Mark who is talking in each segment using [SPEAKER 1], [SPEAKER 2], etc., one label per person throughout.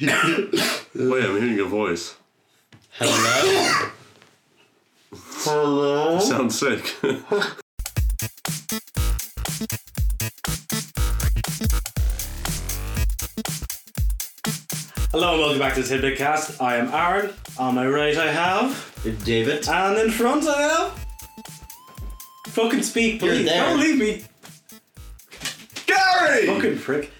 [SPEAKER 1] Wait, Oh, I'm hearing a voice.
[SPEAKER 2] Hello?
[SPEAKER 1] You sound sick.
[SPEAKER 3] Hello and welcome back to Tidbit Cast. I am Aaron. On my right I have,
[SPEAKER 2] David.
[SPEAKER 3] and in front I have. Fucking speak,
[SPEAKER 2] You're
[SPEAKER 3] please.
[SPEAKER 2] there.
[SPEAKER 3] Don't leave me,
[SPEAKER 1] Gary!
[SPEAKER 3] fucking prick.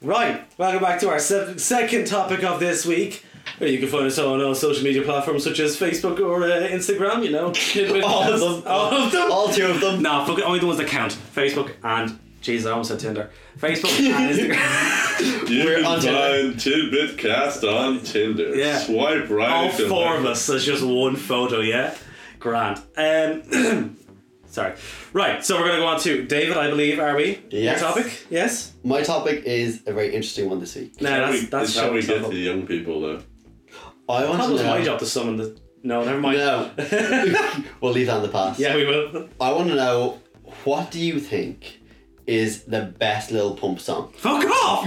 [SPEAKER 3] Right, welcome back to our se- second topic of this week. Where you can find us on all social media platforms such as Facebook or uh, Instagram. You know, Tidbit
[SPEAKER 2] All of
[SPEAKER 3] Cast.
[SPEAKER 2] them.
[SPEAKER 3] All of them.
[SPEAKER 2] All two of them.
[SPEAKER 3] Nah, fucking only the ones that count. Facebook and. Jeez, I almost said Tinder. Facebook and Instagram.
[SPEAKER 1] You
[SPEAKER 2] We're
[SPEAKER 1] can
[SPEAKER 2] on Tinder.
[SPEAKER 1] find Tidbit Cast on Tinder.
[SPEAKER 3] Yeah.
[SPEAKER 1] Swipe right.
[SPEAKER 3] all
[SPEAKER 1] if you
[SPEAKER 3] four
[SPEAKER 1] like.
[SPEAKER 3] of us. There's just one photo, yeah? Grand. Um, sorry. Right, so we're going to go on to David, I believe, are we?
[SPEAKER 2] Yes.
[SPEAKER 3] Your topic? Yes?
[SPEAKER 2] My topic is a very interesting one this week.
[SPEAKER 3] No,
[SPEAKER 1] How
[SPEAKER 3] that's,
[SPEAKER 1] we-
[SPEAKER 3] that's
[SPEAKER 1] it's how we
[SPEAKER 3] showing
[SPEAKER 1] get to
[SPEAKER 3] something.
[SPEAKER 1] the young people, though.
[SPEAKER 2] I want
[SPEAKER 3] That
[SPEAKER 2] to
[SPEAKER 3] was
[SPEAKER 2] know.
[SPEAKER 3] my job to summon the. No, never mind.
[SPEAKER 2] No. we'll leave that in the past.
[SPEAKER 3] Yeah, we will.
[SPEAKER 2] I want to know what do you think is the best Lil Pump song?
[SPEAKER 3] Fuck off!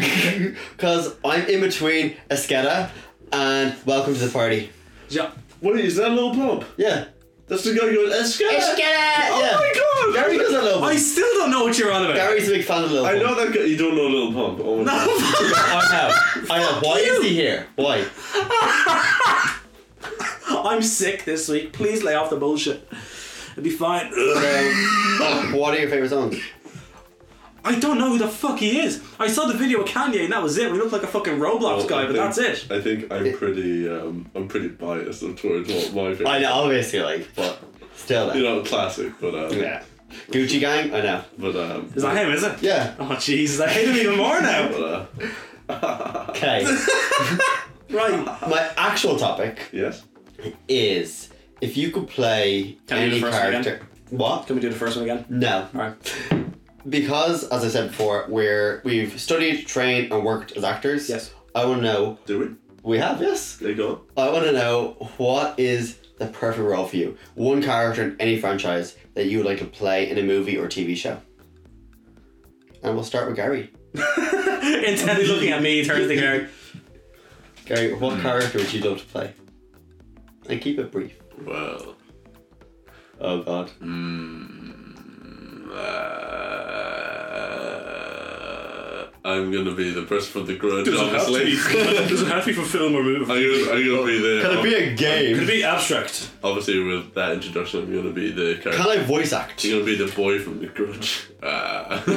[SPEAKER 2] Because I'm in between Esketa and Welcome to the Party.
[SPEAKER 3] yeah.
[SPEAKER 1] Wait, is that Lil Pump?
[SPEAKER 2] Yeah.
[SPEAKER 1] That's the guy going, Escada!
[SPEAKER 2] yeah.
[SPEAKER 3] Oh my god!
[SPEAKER 2] Gary does that Lil
[SPEAKER 3] I
[SPEAKER 2] Pump.
[SPEAKER 3] still don't know what you're on about.
[SPEAKER 2] Gary's a big fan of Lil
[SPEAKER 1] I
[SPEAKER 2] Pump.
[SPEAKER 1] know that guy. You don't know Lil Pump. Oh, my God.
[SPEAKER 2] I know. I know. Why is he here? Why?
[SPEAKER 3] I'm sick this week. Please lay off the bullshit. It'll be fine.
[SPEAKER 2] So, uh, what are your favourite songs?
[SPEAKER 3] I don't know who the fuck he is. I saw the video with Kanye and that was it. We looked like a fucking Roblox
[SPEAKER 1] I
[SPEAKER 3] guy, but
[SPEAKER 1] think-
[SPEAKER 3] that's it.
[SPEAKER 1] I think I'm pretty, um, I'm pretty biased towards what my favorite.
[SPEAKER 2] I know, obviously, like, but still, like,
[SPEAKER 1] You know, classic, but um,
[SPEAKER 2] yeah. Gucci Gang, I know.
[SPEAKER 1] but um,
[SPEAKER 3] It's not him, is it?
[SPEAKER 2] Yeah.
[SPEAKER 3] Oh Jesus, I hate him even more now.
[SPEAKER 1] but uh,
[SPEAKER 2] Okay.
[SPEAKER 3] Right.
[SPEAKER 2] My actual topic
[SPEAKER 1] yes.
[SPEAKER 2] is if you could play
[SPEAKER 3] Can I do the
[SPEAKER 2] any
[SPEAKER 3] first one again?
[SPEAKER 2] character. What?
[SPEAKER 3] Can we do the first one again?
[SPEAKER 2] No.
[SPEAKER 3] Alright.
[SPEAKER 2] Because, as I said before, we're we've studied, trained, and worked as actors.
[SPEAKER 3] Yes.
[SPEAKER 2] I want to know.
[SPEAKER 1] Do we?
[SPEAKER 2] We have yes.
[SPEAKER 1] They go.
[SPEAKER 2] I want to know what is the perfect role for you. One character in any franchise that you would like to play in a movie or TV show. And we'll start with Gary.
[SPEAKER 3] Intently looking at me, he turns to Gary.
[SPEAKER 2] Gary,
[SPEAKER 3] Hmm.
[SPEAKER 2] what character would you love to play? And keep it brief.
[SPEAKER 1] Well,
[SPEAKER 2] Oh God.
[SPEAKER 1] uh, I'm gonna be the person from the grudge, obviously.
[SPEAKER 3] doesn't have to be from film or movie.
[SPEAKER 1] I'm gonna, I'm gonna be the.
[SPEAKER 2] a game?
[SPEAKER 3] be abstract.
[SPEAKER 1] Obviously, with that introduction, I'm gonna be the character.
[SPEAKER 2] Can I voice act?
[SPEAKER 1] I'm gonna be the boy from the grudge. Uh,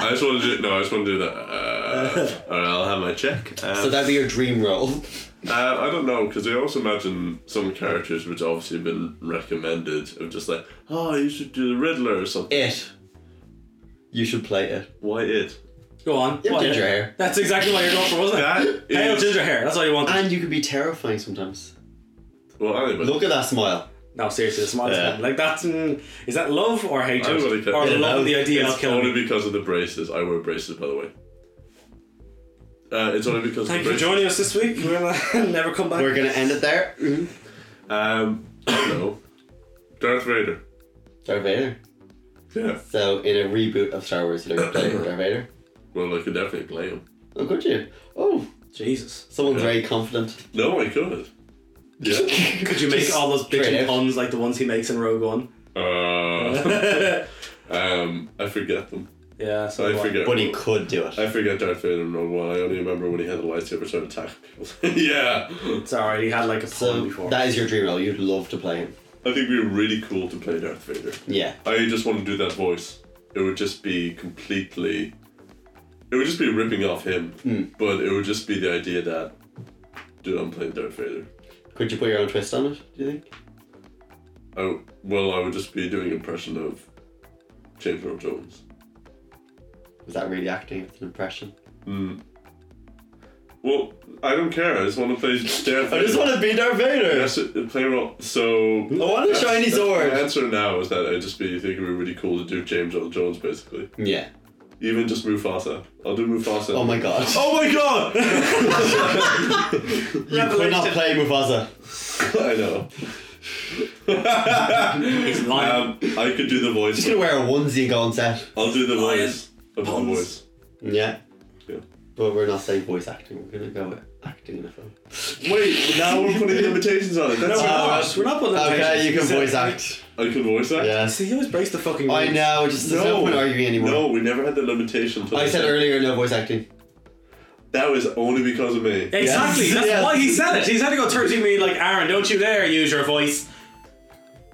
[SPEAKER 1] I just want to do. No, I just want to do that. Uh, all right, I'll have my check. Um,
[SPEAKER 2] So that'd be your dream role.
[SPEAKER 1] Uh, I don't know because I also imagine some characters which obviously have been recommended of just like, oh, you should do the Riddler or something.
[SPEAKER 2] It. You should play it.
[SPEAKER 1] Why it?
[SPEAKER 3] Go on.
[SPEAKER 2] You have
[SPEAKER 3] Why?
[SPEAKER 2] ginger hair.
[SPEAKER 3] That's exactly what you're going for, wasn't
[SPEAKER 1] That
[SPEAKER 3] it? Pale
[SPEAKER 1] is.
[SPEAKER 3] ginger hair. That's all you want.
[SPEAKER 2] And you could be terrifying sometimes.
[SPEAKER 1] Well, anyway,
[SPEAKER 2] Look at that smile.
[SPEAKER 3] No, seriously, the smile's
[SPEAKER 2] Yeah.
[SPEAKER 3] gone. Like that's mm, is that love or hatred
[SPEAKER 1] I don't really
[SPEAKER 3] or
[SPEAKER 1] care.
[SPEAKER 3] love of the idea
[SPEAKER 1] it's
[SPEAKER 3] of killing?
[SPEAKER 1] only
[SPEAKER 3] me?
[SPEAKER 1] because of the braces. I wear braces, by the way. Uh, it's only because
[SPEAKER 3] Thank
[SPEAKER 1] of
[SPEAKER 3] you
[SPEAKER 1] the
[SPEAKER 3] for
[SPEAKER 1] braces.
[SPEAKER 3] joining us this week. We're gonna never come back.
[SPEAKER 2] We're gonna end it there. Mhm.
[SPEAKER 1] Um, I don't know. Darth Vader.
[SPEAKER 2] Darth Vader.
[SPEAKER 1] Yeah.
[SPEAKER 2] So in a reboot of Star Wars, you're gonna play Darth Vader.
[SPEAKER 1] Well, I could definitely play him.
[SPEAKER 2] Oh, could you? Oh,
[SPEAKER 3] Jesus.
[SPEAKER 2] someone's very confident.
[SPEAKER 1] No, I could. Yeah.
[SPEAKER 3] Could you make
[SPEAKER 2] Just
[SPEAKER 3] all those
[SPEAKER 2] straight
[SPEAKER 3] bitchin'
[SPEAKER 2] out.
[SPEAKER 3] puns like the ones he makes in Rogue One?
[SPEAKER 1] uh,
[SPEAKER 3] yeah,
[SPEAKER 1] um, I forget them.
[SPEAKER 3] so
[SPEAKER 1] I
[SPEAKER 3] do I.
[SPEAKER 1] forget.
[SPEAKER 2] But he could do
[SPEAKER 1] I
[SPEAKER 2] it.
[SPEAKER 1] forget Darth Vader in Rogue One. I only remember when he had the lightsaber start attacking people. yeah,
[SPEAKER 3] It's alright, he had like a pun
[SPEAKER 2] So
[SPEAKER 3] before.
[SPEAKER 2] that is your dream role. You'd love to play him.
[SPEAKER 1] I think we were really cool to play Darth Vader.
[SPEAKER 2] Yeah.
[SPEAKER 1] I just want to do that voice. It would just be completely. It would just be ripping off him, but it would just be the idea that, dude, I'm playing Darth Vader.
[SPEAKER 2] Could you put your own twist on it? Do you think?
[SPEAKER 1] I w- well, I would just be doing impression of James Earl Jones.
[SPEAKER 2] Was that really acting? It's an impression.
[SPEAKER 1] Mm. Well, I don't care. I just want to play Darth. Vader.
[SPEAKER 2] to be Darth Vader.
[SPEAKER 1] That's it, play role. So
[SPEAKER 2] I want a shiny sword.
[SPEAKER 1] The answer now is that I just be thinking it would be really cool to do James Earl Jones, basically.
[SPEAKER 2] Yeah.
[SPEAKER 1] Even just Mufasa. I'll do Mufasa.
[SPEAKER 2] Oh my god.
[SPEAKER 3] oh my god!
[SPEAKER 2] you could not play Mufasa.
[SPEAKER 1] I know.
[SPEAKER 3] He's lying.
[SPEAKER 1] Um, I could do the voice.
[SPEAKER 2] Just gonna wear a onesie and go on set.
[SPEAKER 1] I'll do the
[SPEAKER 3] Lion.
[SPEAKER 1] voice. I'll do the
[SPEAKER 3] Puns.
[SPEAKER 1] voice.
[SPEAKER 2] Yeah.
[SPEAKER 1] Yeah.
[SPEAKER 2] But we're not saying voice acting. We're gonna go with acting in a film.
[SPEAKER 1] Wait, now we're putting limitations on it.
[SPEAKER 3] No,
[SPEAKER 1] That's
[SPEAKER 3] we're
[SPEAKER 1] how
[SPEAKER 3] not. We're not putting them
[SPEAKER 2] Okay,
[SPEAKER 3] pages.
[SPEAKER 2] you can
[SPEAKER 3] He said-
[SPEAKER 2] voice act.
[SPEAKER 1] I can voice that.
[SPEAKER 2] Yes.
[SPEAKER 3] See, he always breaks the fucking
[SPEAKER 2] I
[SPEAKER 3] rules.
[SPEAKER 2] know. Just there's no,
[SPEAKER 1] No.
[SPEAKER 2] point arguing anymore.
[SPEAKER 1] No, we never had the limitation. till
[SPEAKER 2] I
[SPEAKER 1] this
[SPEAKER 2] said
[SPEAKER 1] time.
[SPEAKER 2] earlier, no voice acting.
[SPEAKER 1] that was only because of me.
[SPEAKER 3] Exactly.
[SPEAKER 2] Yes.
[SPEAKER 3] That's
[SPEAKER 2] Yes.
[SPEAKER 3] why he said it. He had to go turn to me like, Aaron, don't you dare use your voice.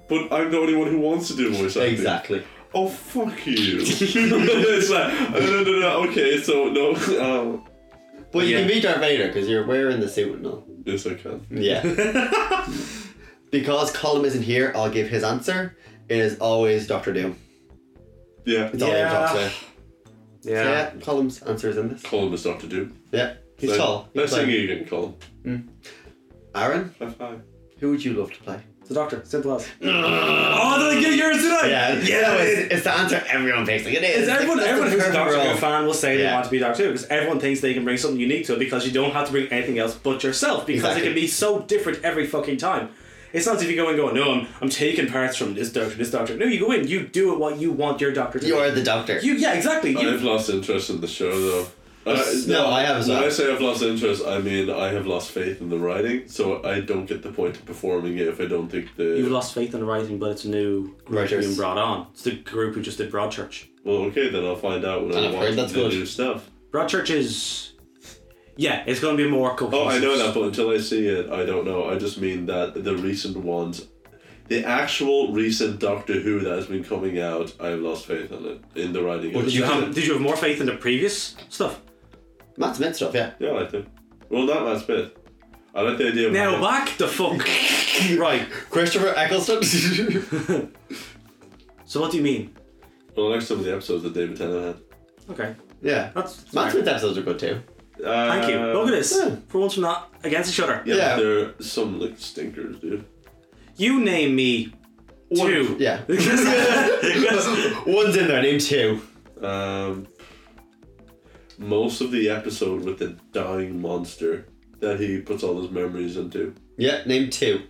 [SPEAKER 1] But I'm the only one who wants to do voice acting.
[SPEAKER 2] Exactly.
[SPEAKER 1] Oh fuck you! it's like oh, no, no, no, no. Okay, so no. Um,
[SPEAKER 2] But you
[SPEAKER 3] Yeah.
[SPEAKER 2] can be Darth Vader because you're wearing the suit and all.
[SPEAKER 1] yes, I can.
[SPEAKER 2] Yeah. because Colin isn't here, I'll give his answer. It is always Doctor Doom.
[SPEAKER 1] Yeah.
[SPEAKER 2] It's all
[SPEAKER 3] Yeah.
[SPEAKER 2] yeah. Doctor. Doom. Yeah, Colin's answer is in this.
[SPEAKER 1] Colin is Doctor Doom.
[SPEAKER 2] Yeah, he's
[SPEAKER 1] Like,
[SPEAKER 2] tall. He's
[SPEAKER 1] Let's sing
[SPEAKER 2] like,
[SPEAKER 1] it again, Colin.
[SPEAKER 2] Aaron,
[SPEAKER 1] High five.
[SPEAKER 2] who would you love to play?
[SPEAKER 3] The doctor. Simple as. oh, did I get yours today?
[SPEAKER 2] no, it's, it's the answer everyone thinks. Like, it is.
[SPEAKER 3] Is everyone,
[SPEAKER 2] That's
[SPEAKER 3] everyone
[SPEAKER 2] the
[SPEAKER 3] who's a
[SPEAKER 2] perfect
[SPEAKER 3] Doctor Who
[SPEAKER 2] role.
[SPEAKER 3] fan will say they
[SPEAKER 2] Yeah.
[SPEAKER 3] want to be a Doctor Who because everyone thinks they can bring something unique to it because you don't have to bring anything else but yourself because
[SPEAKER 2] Exactly.
[SPEAKER 3] it can be so different every fucking time. It's not as if you go and go, no, I'm, I'm taking parts from this Doctor, this Doctor. No, you go in, you do it what you want your Doctor to
[SPEAKER 2] You
[SPEAKER 3] be.
[SPEAKER 2] are the Doctor.
[SPEAKER 3] You, yeah, exactly. You,
[SPEAKER 1] I've lost interest in the show though. Uh,
[SPEAKER 2] No, I have as
[SPEAKER 1] When
[SPEAKER 2] well.
[SPEAKER 1] I say I've lost interest, I mean I have lost faith in the writing, so I don't get the point of performing it if I don't think the.
[SPEAKER 3] have lost faith in the writing, but it's a new group
[SPEAKER 2] Writers.
[SPEAKER 3] being brought on. It's the group who just did Broadchurch.
[SPEAKER 1] well, okay, then I'll find out when
[SPEAKER 2] And
[SPEAKER 1] I
[SPEAKER 2] I've
[SPEAKER 1] watch
[SPEAKER 2] heard that's
[SPEAKER 1] the
[SPEAKER 2] good.
[SPEAKER 1] new stuff.
[SPEAKER 3] Broadchurch is. Yeah, it's going to be more cohesive.
[SPEAKER 1] Oh, I know that, but until I see it, I don't know. I just mean that the recent ones, the actual recent Doctor Who that has been coming out, I've lost faith in it in the writing. of
[SPEAKER 2] Would
[SPEAKER 3] Did you,
[SPEAKER 2] You
[SPEAKER 3] have,
[SPEAKER 2] can-
[SPEAKER 3] did you have more faith in the previous stuff?
[SPEAKER 2] Matt Smith stuff, yeah.
[SPEAKER 1] it. Yeah, I do. Well, not last bit. I like the idea of
[SPEAKER 3] Now back the fuck. right.
[SPEAKER 2] Christopher Eccleston.
[SPEAKER 3] So what do you mean?
[SPEAKER 1] Well, like some of the episodes that David Tennant
[SPEAKER 3] Okay.
[SPEAKER 2] yeah.
[SPEAKER 3] That's
[SPEAKER 2] Matt
[SPEAKER 3] smart.
[SPEAKER 2] Smith episodes are good too.
[SPEAKER 1] had. Uh,
[SPEAKER 3] Thank you. Look at this.
[SPEAKER 2] yeah.
[SPEAKER 3] For once, we're not against each other.
[SPEAKER 1] Yeah,
[SPEAKER 2] Yeah.
[SPEAKER 1] but there are some like stinkers, dude.
[SPEAKER 3] You name me two.
[SPEAKER 2] Yeah.
[SPEAKER 3] Because-
[SPEAKER 2] One's in there, name two.
[SPEAKER 1] Um, most of the episode with the dying monster that he puts all his memories into.
[SPEAKER 2] Yeah, name two.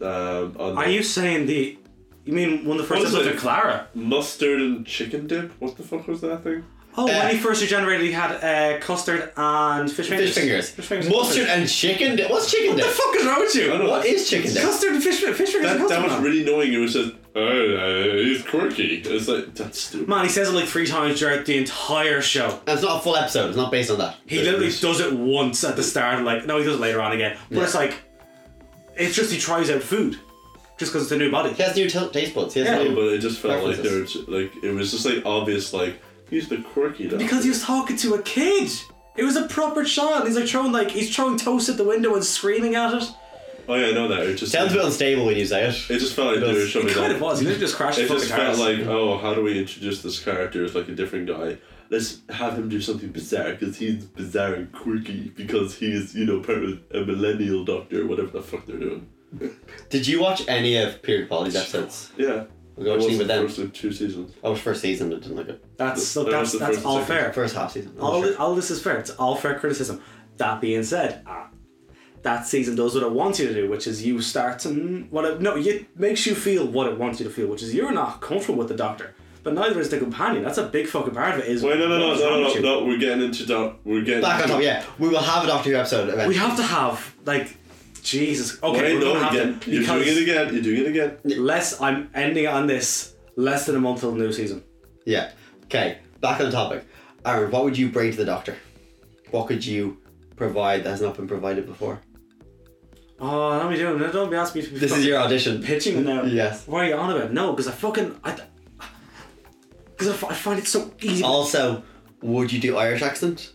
[SPEAKER 1] Um, on
[SPEAKER 3] Are you saying the? You mean one of the first
[SPEAKER 1] What is
[SPEAKER 3] episodes
[SPEAKER 1] it?
[SPEAKER 3] of Clara?
[SPEAKER 1] mustard and chicken dip? What the fuck was that thing?
[SPEAKER 3] Oh,
[SPEAKER 2] Uh,
[SPEAKER 3] when he first regenerated, he had uh, custard and fish fingers.
[SPEAKER 2] Fish fingers.
[SPEAKER 3] Fish fingers.
[SPEAKER 2] Mustard and chicken. di- What's chicken
[SPEAKER 3] What the
[SPEAKER 2] dip?
[SPEAKER 3] fuck is wrong with you?
[SPEAKER 1] I don't know.
[SPEAKER 2] What is chicken dip?
[SPEAKER 3] Custard and fish, fish fingers. and
[SPEAKER 1] That,
[SPEAKER 3] custard
[SPEAKER 1] that was
[SPEAKER 3] man.
[SPEAKER 1] really annoying. It was just, oh, uh, he's quirky. It's like, that's stupid.
[SPEAKER 3] Man, he says it like three times throughout the entire show.
[SPEAKER 2] That's not a full episode. It's not based on that.
[SPEAKER 3] He literally does it once at the start, like no, he does it later on again. But it's like, it's just he tries out food, just because it's a new body.
[SPEAKER 2] He has new t- taste buds. He has
[SPEAKER 3] Yeah.
[SPEAKER 1] Yeah,
[SPEAKER 2] new.
[SPEAKER 1] but it just felt like there
[SPEAKER 2] Preferences.
[SPEAKER 1] was, like, it was just like obvious, like, he's the quirky dog.
[SPEAKER 3] Because he was talking to a kid. It was a proper child. He's like throwing like he's throwing toast at the window and screaming at it.
[SPEAKER 1] Oh, yeah, I know that. It just,
[SPEAKER 2] Sounds a
[SPEAKER 1] it,
[SPEAKER 2] bit unstable when you say it.
[SPEAKER 1] just felt like
[SPEAKER 2] It
[SPEAKER 1] they were
[SPEAKER 2] does.
[SPEAKER 1] showing
[SPEAKER 3] It kind of
[SPEAKER 1] that.
[SPEAKER 3] was. He literally just crashed
[SPEAKER 1] It
[SPEAKER 3] the
[SPEAKER 1] just
[SPEAKER 3] fucking
[SPEAKER 1] felt
[SPEAKER 3] cars.
[SPEAKER 1] like, oh, how do we introduce this character as like a different guy? Let's have him do something bizarre because he's bizarre and quirky because he is, you know, part of a millennial doctor, whatever the fuck they're doing.
[SPEAKER 2] Did you watch any of Period Quality's episodes?
[SPEAKER 1] Yeah.
[SPEAKER 2] We
[SPEAKER 1] It
[SPEAKER 2] got
[SPEAKER 1] was
[SPEAKER 2] seen
[SPEAKER 1] the
[SPEAKER 2] with them.
[SPEAKER 1] first of two seasons.
[SPEAKER 2] I was first season. I didn't like it.
[SPEAKER 3] that's
[SPEAKER 1] that
[SPEAKER 3] look,
[SPEAKER 1] was
[SPEAKER 3] that's
[SPEAKER 1] the
[SPEAKER 3] that's
[SPEAKER 1] first and
[SPEAKER 3] all
[SPEAKER 1] second.
[SPEAKER 3] fair.
[SPEAKER 2] First half season. I'm not
[SPEAKER 3] All
[SPEAKER 2] sure.
[SPEAKER 3] thi- all this is fair. It's all fair criticism. That being said, ah, that season does what it wants you to do, which is you start to what it, no, it makes you feel what it wants you to feel, which is you're not comfortable with the doctor, but neither is the companion. That's a big fucking part of it. Is
[SPEAKER 1] Wait, no, no, no,
[SPEAKER 3] what's
[SPEAKER 1] no,
[SPEAKER 3] wrong
[SPEAKER 1] no,
[SPEAKER 3] with
[SPEAKER 1] no,
[SPEAKER 3] you.
[SPEAKER 1] no. We're getting into doc. We're getting
[SPEAKER 2] Back on top. Yeah, we will have a Doctor Who episode eventually.
[SPEAKER 3] We have to have like Jesus.
[SPEAKER 1] Wait,
[SPEAKER 3] Okay, we're
[SPEAKER 1] no,
[SPEAKER 3] gonna have
[SPEAKER 1] again.
[SPEAKER 3] to
[SPEAKER 1] You're
[SPEAKER 3] because
[SPEAKER 1] doing it again. You're doing it again.
[SPEAKER 3] less I'm ending it on this less than a month till the new season.
[SPEAKER 2] Yeah. Okay. Back on topic. Aaron, what would you bring to the Doctor? What could you provide that has not been provided before?
[SPEAKER 3] Oh, don't be doing it. Don't be asking me to be
[SPEAKER 2] This is
[SPEAKER 3] fucking
[SPEAKER 2] your audition.
[SPEAKER 3] pitching now.
[SPEAKER 2] Yes.
[SPEAKER 3] What are you on about? No, because I fucking I because I, fi- I find it so easy.
[SPEAKER 2] Oh, Also, would you do Irish accent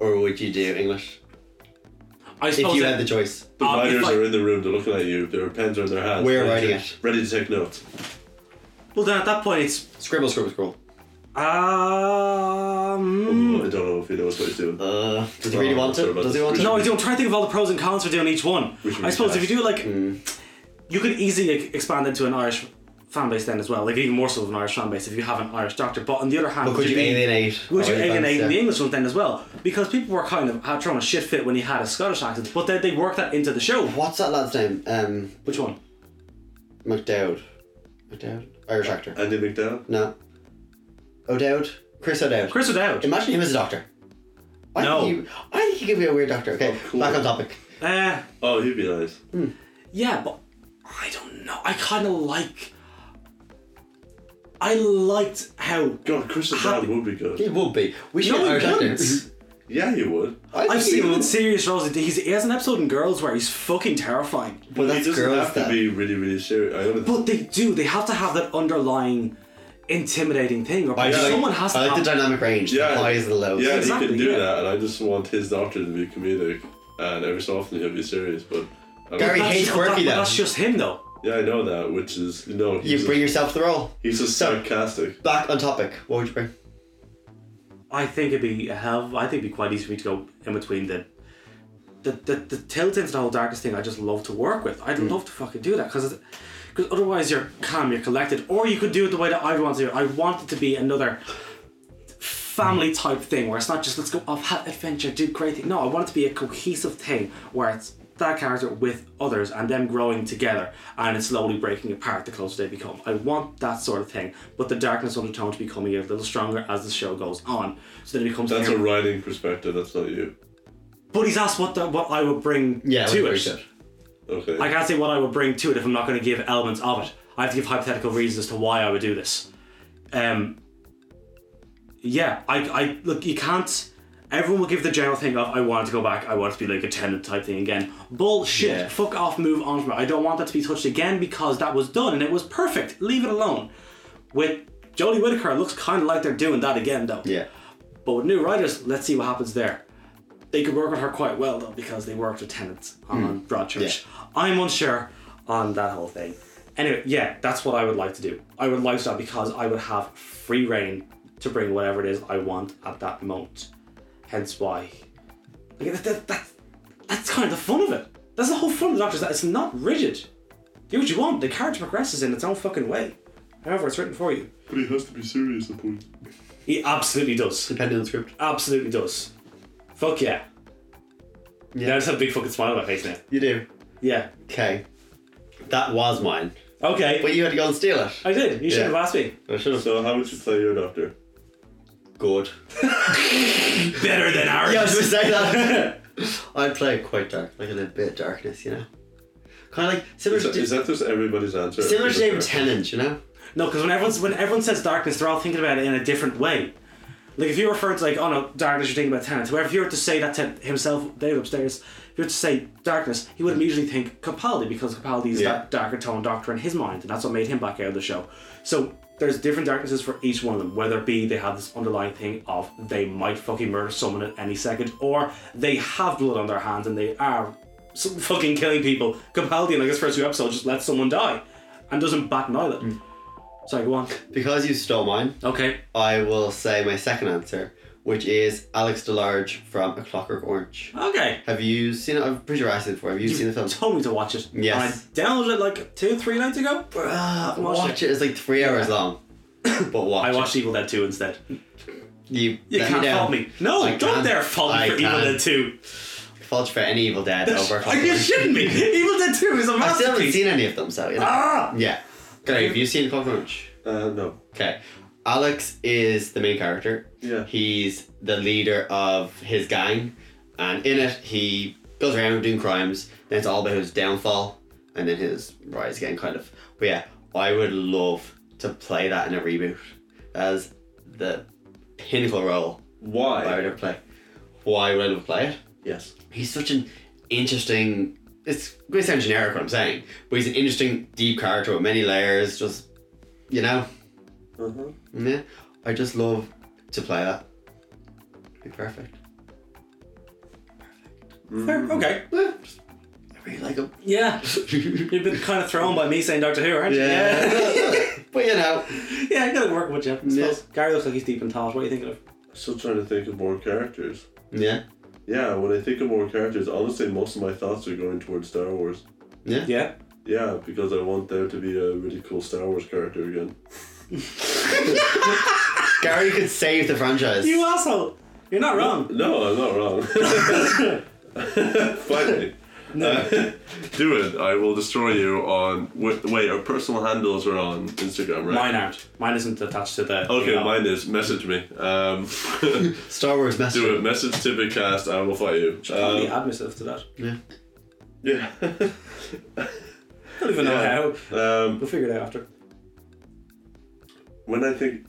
[SPEAKER 2] or would you do English?
[SPEAKER 3] I
[SPEAKER 2] If
[SPEAKER 3] suppose
[SPEAKER 2] you
[SPEAKER 3] that-
[SPEAKER 2] had the choice.
[SPEAKER 1] The
[SPEAKER 3] Uh, if
[SPEAKER 1] writers
[SPEAKER 3] I-
[SPEAKER 1] are in the room. They're looking at you. Their pens are in their hands.
[SPEAKER 2] We're
[SPEAKER 1] ready
[SPEAKER 2] writing
[SPEAKER 1] to, Ready to take notes.
[SPEAKER 3] well then at that point it's
[SPEAKER 2] Scribble, scribble, scribble.
[SPEAKER 3] um.
[SPEAKER 1] I don't know if he knows what he's doing.
[SPEAKER 2] Uh, does he really want it? Does he want
[SPEAKER 3] No,
[SPEAKER 2] it?
[SPEAKER 3] I do. I'm trying to think of all the pros and cons for doing each one.
[SPEAKER 1] Which would
[SPEAKER 3] I
[SPEAKER 1] be
[SPEAKER 3] suppose
[SPEAKER 1] best.
[SPEAKER 3] if you do like,
[SPEAKER 2] Hmm.
[SPEAKER 3] you could easily like, expand into an Irish fan base then as well, like even more so of an Irish fan base if you have an Irish doctor. But on the other hand,
[SPEAKER 2] But could you
[SPEAKER 3] be-
[SPEAKER 2] alienate?
[SPEAKER 3] Would you
[SPEAKER 2] Irish fans?
[SPEAKER 3] alienate
[SPEAKER 2] Yeah.
[SPEAKER 3] the English ones then as well? Because people were kind of had thrown a shit fit when he had a Scottish accent, but then they worked that into the show.
[SPEAKER 2] What's that lad's name? Um,
[SPEAKER 3] Which one?
[SPEAKER 2] McDowd. McDowd? Irish actor.
[SPEAKER 1] Uh, Andy McDowell.
[SPEAKER 2] No. O'Dowd? Chris O'Dowd.
[SPEAKER 3] Chris O'Dowd.
[SPEAKER 2] Imagine him as a doctor. I
[SPEAKER 3] No.
[SPEAKER 2] Think he, I think he could be a weird doctor. Okay,
[SPEAKER 1] Oh, cool.
[SPEAKER 2] back on topic.
[SPEAKER 3] Uh,
[SPEAKER 1] Oh, he'd be nice.
[SPEAKER 3] yeah, but I don't know. I kind of like. I liked how.
[SPEAKER 1] God, Christian Bale
[SPEAKER 3] Happy-
[SPEAKER 1] would be good.
[SPEAKER 2] He would be. We should
[SPEAKER 3] No,
[SPEAKER 2] get
[SPEAKER 3] he
[SPEAKER 2] Irish
[SPEAKER 3] couldn't.
[SPEAKER 2] actors.
[SPEAKER 1] Yeah, he would.
[SPEAKER 2] I think
[SPEAKER 3] I've
[SPEAKER 2] he
[SPEAKER 3] seen him in
[SPEAKER 2] would.
[SPEAKER 3] serious roles. He's, he has an episode in Girls where he's fucking terrifying.
[SPEAKER 2] But
[SPEAKER 1] he
[SPEAKER 2] that's
[SPEAKER 1] doesn't
[SPEAKER 2] girls.
[SPEAKER 1] have to
[SPEAKER 2] that-
[SPEAKER 1] be really, really serious. I don't
[SPEAKER 3] But they do. They have to have that underlying, intimidating thing. Or
[SPEAKER 2] I like,
[SPEAKER 3] someone has to.
[SPEAKER 2] I like
[SPEAKER 3] have,
[SPEAKER 2] the dynamic range,
[SPEAKER 1] Yeah.
[SPEAKER 2] the highs and the lows.
[SPEAKER 1] yeah,
[SPEAKER 3] Exactly,
[SPEAKER 1] he can do
[SPEAKER 3] yeah.
[SPEAKER 1] that, and I just want his doctor to be comedic, and every so often he'll be serious. But I don't-
[SPEAKER 2] Gary-
[SPEAKER 3] that's
[SPEAKER 2] hates
[SPEAKER 3] just-
[SPEAKER 2] quirky,
[SPEAKER 3] that-
[SPEAKER 2] though.
[SPEAKER 3] That's just him though.
[SPEAKER 1] yeah, I know that, which is you know he's
[SPEAKER 2] You bring yourself to the role.
[SPEAKER 1] he's just
[SPEAKER 2] So-
[SPEAKER 1] sarcastic.
[SPEAKER 2] Back on topic. What would you bring?
[SPEAKER 3] I think it'd be a hell. of- I think it'd be quite easy for me to go in between the. The, the, the tilt into the whole darkest thing I just love to work with. I'd
[SPEAKER 2] Mm.
[SPEAKER 3] love to fucking do that because because otherwise you're calm, you're collected, or you could do it the way that I want to do it. I want it to be another family type thing where it's not just let's go off have adventure, do great thing. No, I want it to be a cohesive thing where it's that character with others and them growing together and it's slowly breaking apart the closer they become. I want that sort of thing, but the darkness undertone to be coming a little stronger as the show goes on, so that it becomes.
[SPEAKER 1] That's a
[SPEAKER 3] clear.
[SPEAKER 1] writing perspective. That's not you.
[SPEAKER 3] But he's asked what the, what I would bring
[SPEAKER 2] Yeah,
[SPEAKER 3] to
[SPEAKER 2] I would
[SPEAKER 3] it.
[SPEAKER 2] bring it.
[SPEAKER 1] Okay.
[SPEAKER 3] I can't say what I would bring to it if I'm not going to give elements of it. I have to give hypothetical reasons as to why I would do this. Um, yeah, I, I look. You can't. Everyone will give the general thing of I want it to go back. I want it to be like a tenant type thing again. Bullshit.
[SPEAKER 2] Yeah.
[SPEAKER 3] Fuck off. Move on from it. I don't want that to be touched again because that was done and it was perfect. Leave it alone. With Jodie Whittaker, it looks kind of like they're doing that again though.
[SPEAKER 2] Yeah.
[SPEAKER 3] But with new writers, let's see what happens there. They could work with her quite well though because they worked with tenants on Broadchurch. I'm unsure on that whole thing. Anyway, yeah, that's what I would like to do. I would like that because I would have free reign to bring whatever it is I want at that moment. Hence why. Like, that, that, that, that's kind of the fun of it. That's the whole fun of the Doctor is that it's not rigid. Do what you want. The character progresses in its own fucking way. However, it's written for you.
[SPEAKER 1] but he has to be serious at point.
[SPEAKER 3] He absolutely does
[SPEAKER 2] Depending on the script.
[SPEAKER 3] absolutely does. Fuck yeah.
[SPEAKER 2] Yeah.
[SPEAKER 3] Yeah. I just have a big fucking smile on my face now.
[SPEAKER 2] You do.
[SPEAKER 3] Yeah.
[SPEAKER 2] Okay. That was mine.
[SPEAKER 3] Okay.
[SPEAKER 2] But you had to go and steal it.
[SPEAKER 3] I did. You shouldn't
[SPEAKER 2] Yeah.
[SPEAKER 3] have asked me.
[SPEAKER 2] I should have.
[SPEAKER 1] So how would you play your doctor?
[SPEAKER 2] Good.
[SPEAKER 3] Better than ours.
[SPEAKER 2] Yeah, I was gonna say that. I'd play it quite dark, like in a bit of darkness, you know? Kind of like similar
[SPEAKER 1] Is
[SPEAKER 2] to,
[SPEAKER 1] that, is that just everybody's answer?
[SPEAKER 2] similar to David
[SPEAKER 1] Okay.
[SPEAKER 2] Tennant, you know?
[SPEAKER 3] No, because when everyone's when everyone says darkness, they're all thinking about it in a different way. Like if you refer to like, oh no, darkness, you're thinking about tenants. Whoever if you were to say that to himself, David upstairs, if you were to say darkness, he would immediately think Capaldi because Capaldi is
[SPEAKER 2] Yeah.
[SPEAKER 3] that darker tone doctor in his mind, and that's what made him back out of the show. So there's different darknesses for each one of them, whether it be they have this underlying thing of they might fucking murder someone at any second, or they have blood on their hands and they are some fucking killing people. Capaldi in like his first few episodes just lets someone die and doesn't bat an eyelid. Sorry, go on.
[SPEAKER 2] Because you stole mine,
[SPEAKER 3] Okay.
[SPEAKER 2] I will say my second answer, which is Alex Delarge from A Clockwork Orange.
[SPEAKER 3] Okay.
[SPEAKER 2] Have you seen it? I'm pretty sure I asked it before. Have you, seen the film?
[SPEAKER 3] Told me to watch it.
[SPEAKER 2] Yes.
[SPEAKER 3] And I downloaded it like two, three nights ago.
[SPEAKER 2] Bruh,
[SPEAKER 3] watched
[SPEAKER 2] watch it. It's like three hours long. but watch
[SPEAKER 3] I
[SPEAKER 2] it.
[SPEAKER 3] watched Evil Dead 2 instead.
[SPEAKER 2] You,
[SPEAKER 3] You
[SPEAKER 2] let
[SPEAKER 3] can't
[SPEAKER 2] me down.
[SPEAKER 3] fault me. No,
[SPEAKER 2] I
[SPEAKER 3] don't
[SPEAKER 2] can.
[SPEAKER 3] dare fault me
[SPEAKER 2] I
[SPEAKER 3] for Evil
[SPEAKER 2] can.
[SPEAKER 3] Dead 2.
[SPEAKER 2] Fault for any Evil Dead over
[SPEAKER 3] Are you
[SPEAKER 2] Clockwork
[SPEAKER 3] shitting me? Evil Dead 2 is a
[SPEAKER 2] I still haven't
[SPEAKER 3] masterpiece.
[SPEAKER 2] seen any of them, so you know.
[SPEAKER 3] Ah!
[SPEAKER 2] Yeah. Gary, have you seen Clockwork Orange?
[SPEAKER 1] Uh, no.
[SPEAKER 2] Okay. Alex is the main character.
[SPEAKER 1] Yeah.
[SPEAKER 2] He's the leader of his gang, and in it he goes around doing crimes. Then it's all about his downfall, and then his rise again, kind of. But yeah, I would love to play that in a reboot as the pinnacle role I would
[SPEAKER 1] Why?
[SPEAKER 2] ever play. Why would I love to play it?
[SPEAKER 1] Yes.
[SPEAKER 2] he's such an interesting. It's going to sound generic what I'm saying, but he's an interesting, deep character with many layers. Just, you know,
[SPEAKER 1] Uh-huh.
[SPEAKER 2] yeah. I just love to play that. Be perfect.
[SPEAKER 3] Fair, Okay.
[SPEAKER 2] Yeah, just- I really like him.
[SPEAKER 3] Yeah. You've been kind of thrown by me saying Doctor Who, aren't you?
[SPEAKER 2] but you know,
[SPEAKER 3] Yeah, yeah I gotta work with you. I suppose.
[SPEAKER 2] Yes.
[SPEAKER 3] Gary looks like he's deep in thought. What are you thinking of?
[SPEAKER 1] Still trying to think of more characters.
[SPEAKER 2] yeah,
[SPEAKER 1] Yeah, when I think of more characters, honestly, most of my thoughts are going towards Star Wars.
[SPEAKER 3] Yeah.
[SPEAKER 1] Yeah, because I want there to be a really cool Star Wars character again.
[SPEAKER 2] Gary could save the franchise.
[SPEAKER 3] You asshole. You're not wrong.
[SPEAKER 1] No, I'm not wrong. Finally. Uh, Do it. I will destroy you on. Wait, wait, our personal handles are on Instagram, right?
[SPEAKER 3] Mine aren't. Mine isn't attached to the.
[SPEAKER 1] Okay,
[SPEAKER 3] email.
[SPEAKER 1] mine is. Message me. Um,
[SPEAKER 2] Star Wars message.
[SPEAKER 1] do it. Message Tibbetcast. I will fight you.
[SPEAKER 3] Probably
[SPEAKER 1] Um,
[SPEAKER 3] add myself to that.
[SPEAKER 2] Yeah.
[SPEAKER 1] yeah.
[SPEAKER 3] I don't even know
[SPEAKER 1] Yeah.
[SPEAKER 3] how.
[SPEAKER 1] um,
[SPEAKER 3] We'll figure it out after.
[SPEAKER 1] when I think.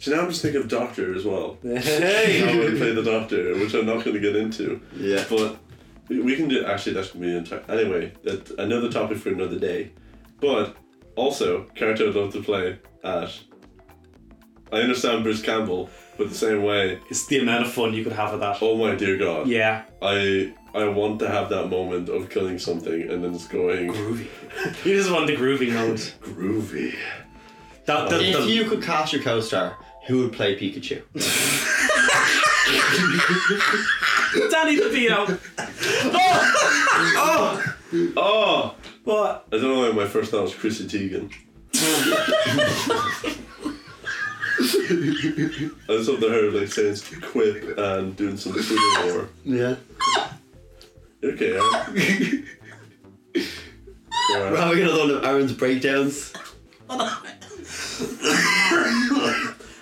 [SPEAKER 1] So now I'm just thinking of Doctor as well. How I play the Doctor, which I'm not going to get into.
[SPEAKER 2] Yeah.
[SPEAKER 1] But we can do. Actually, that's going to be an entire. Anyway, that another topic for another day. But also, character I'd love to play Ash. I understand Bruce Campbell, but the same way.
[SPEAKER 3] It's the amount of fun you could have with that.
[SPEAKER 1] Oh my dear God.
[SPEAKER 3] Yeah.
[SPEAKER 1] I I want to have that moment of killing something and then it's going
[SPEAKER 3] Groovy. You just want the groovy mode.
[SPEAKER 1] groovy.
[SPEAKER 3] That, that,
[SPEAKER 2] If
[SPEAKER 3] the-
[SPEAKER 2] you could cast your co-star, who would play Pikachu?
[SPEAKER 3] Danny DeVito.
[SPEAKER 1] Oh,
[SPEAKER 3] What?
[SPEAKER 1] I don't know why my first thought was Chrissy Teigen. I just love to hear like saying quip and doing some Twitter war.
[SPEAKER 2] Yeah.
[SPEAKER 1] Okay. I...
[SPEAKER 2] We're
[SPEAKER 1] Yeah.
[SPEAKER 2] having another one of Aaron's breakdowns.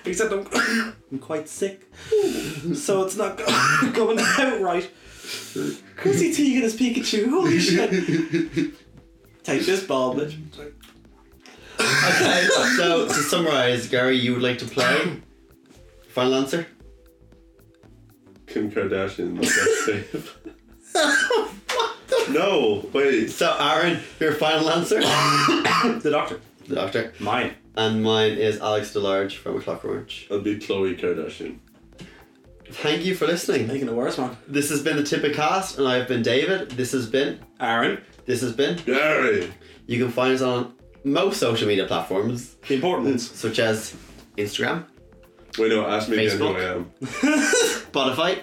[SPEAKER 3] Except I'm, I'm quite sick. So it's not go- going out right. Chrissy Teigen is Pikachu. Holy shit. Take this ball, bitch.
[SPEAKER 2] Okay, so to summarize, Gary, you would like to play? Final answer?
[SPEAKER 1] Kim Kardashian. that's safe. No, wait.
[SPEAKER 2] So, Aaron, your final answer?
[SPEAKER 3] The doctor.
[SPEAKER 2] the Doctor.
[SPEAKER 3] Mine.
[SPEAKER 2] And mine is Alex DeLarge from A Clockwork Orange.
[SPEAKER 1] I'll be Chloe Kardashian.
[SPEAKER 2] Thank you for listening.
[SPEAKER 3] Making it worse, man.
[SPEAKER 2] This has been the Tip of Cast, and I've been David. This has been.
[SPEAKER 3] Aaron.
[SPEAKER 2] This has been.
[SPEAKER 1] Gary.
[SPEAKER 2] You can find us on most social media platforms,
[SPEAKER 3] The important ones.
[SPEAKER 2] such as Instagram,
[SPEAKER 1] Wait, no. Ask me again who
[SPEAKER 2] Facebook.
[SPEAKER 1] I am.
[SPEAKER 2] Spotify,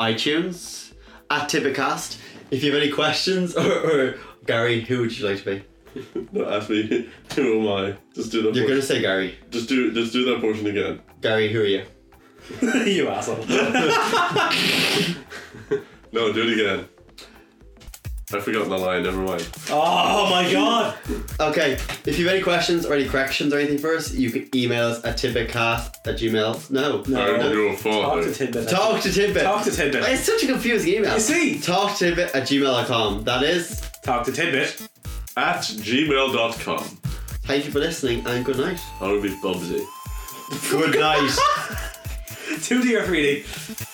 [SPEAKER 2] iTunes, at Tippacast. If you have any questions, or, or Gary, who would you like to be?
[SPEAKER 1] No, ask me who am I. Just do that.
[SPEAKER 2] You're
[SPEAKER 1] portion.
[SPEAKER 2] gonna say Gary.
[SPEAKER 1] Just do. Just do that portion again.
[SPEAKER 2] Gary, who are you?
[SPEAKER 3] you asshole.
[SPEAKER 1] No, do it again. I forgot my line. Never mind.
[SPEAKER 3] Oh my god!
[SPEAKER 2] Okay, if you have any questions or any corrections or anything for us, you can email us at tippetcast at gmail. No.
[SPEAKER 1] Aaron, you're a
[SPEAKER 3] Talk to
[SPEAKER 1] father.
[SPEAKER 3] Tidbit.
[SPEAKER 2] Talk to Tidbit.
[SPEAKER 3] Talk to Tidbit.
[SPEAKER 2] It's such a confusing email.
[SPEAKER 3] You see?
[SPEAKER 2] Talk to Tidbit at gmail.com. That is.
[SPEAKER 3] Talk to Tidbit.
[SPEAKER 1] At gmail.com.
[SPEAKER 2] Thank you for listening and good night.
[SPEAKER 1] I would be Bubsy.
[SPEAKER 2] Good night.
[SPEAKER 3] Two D or three D.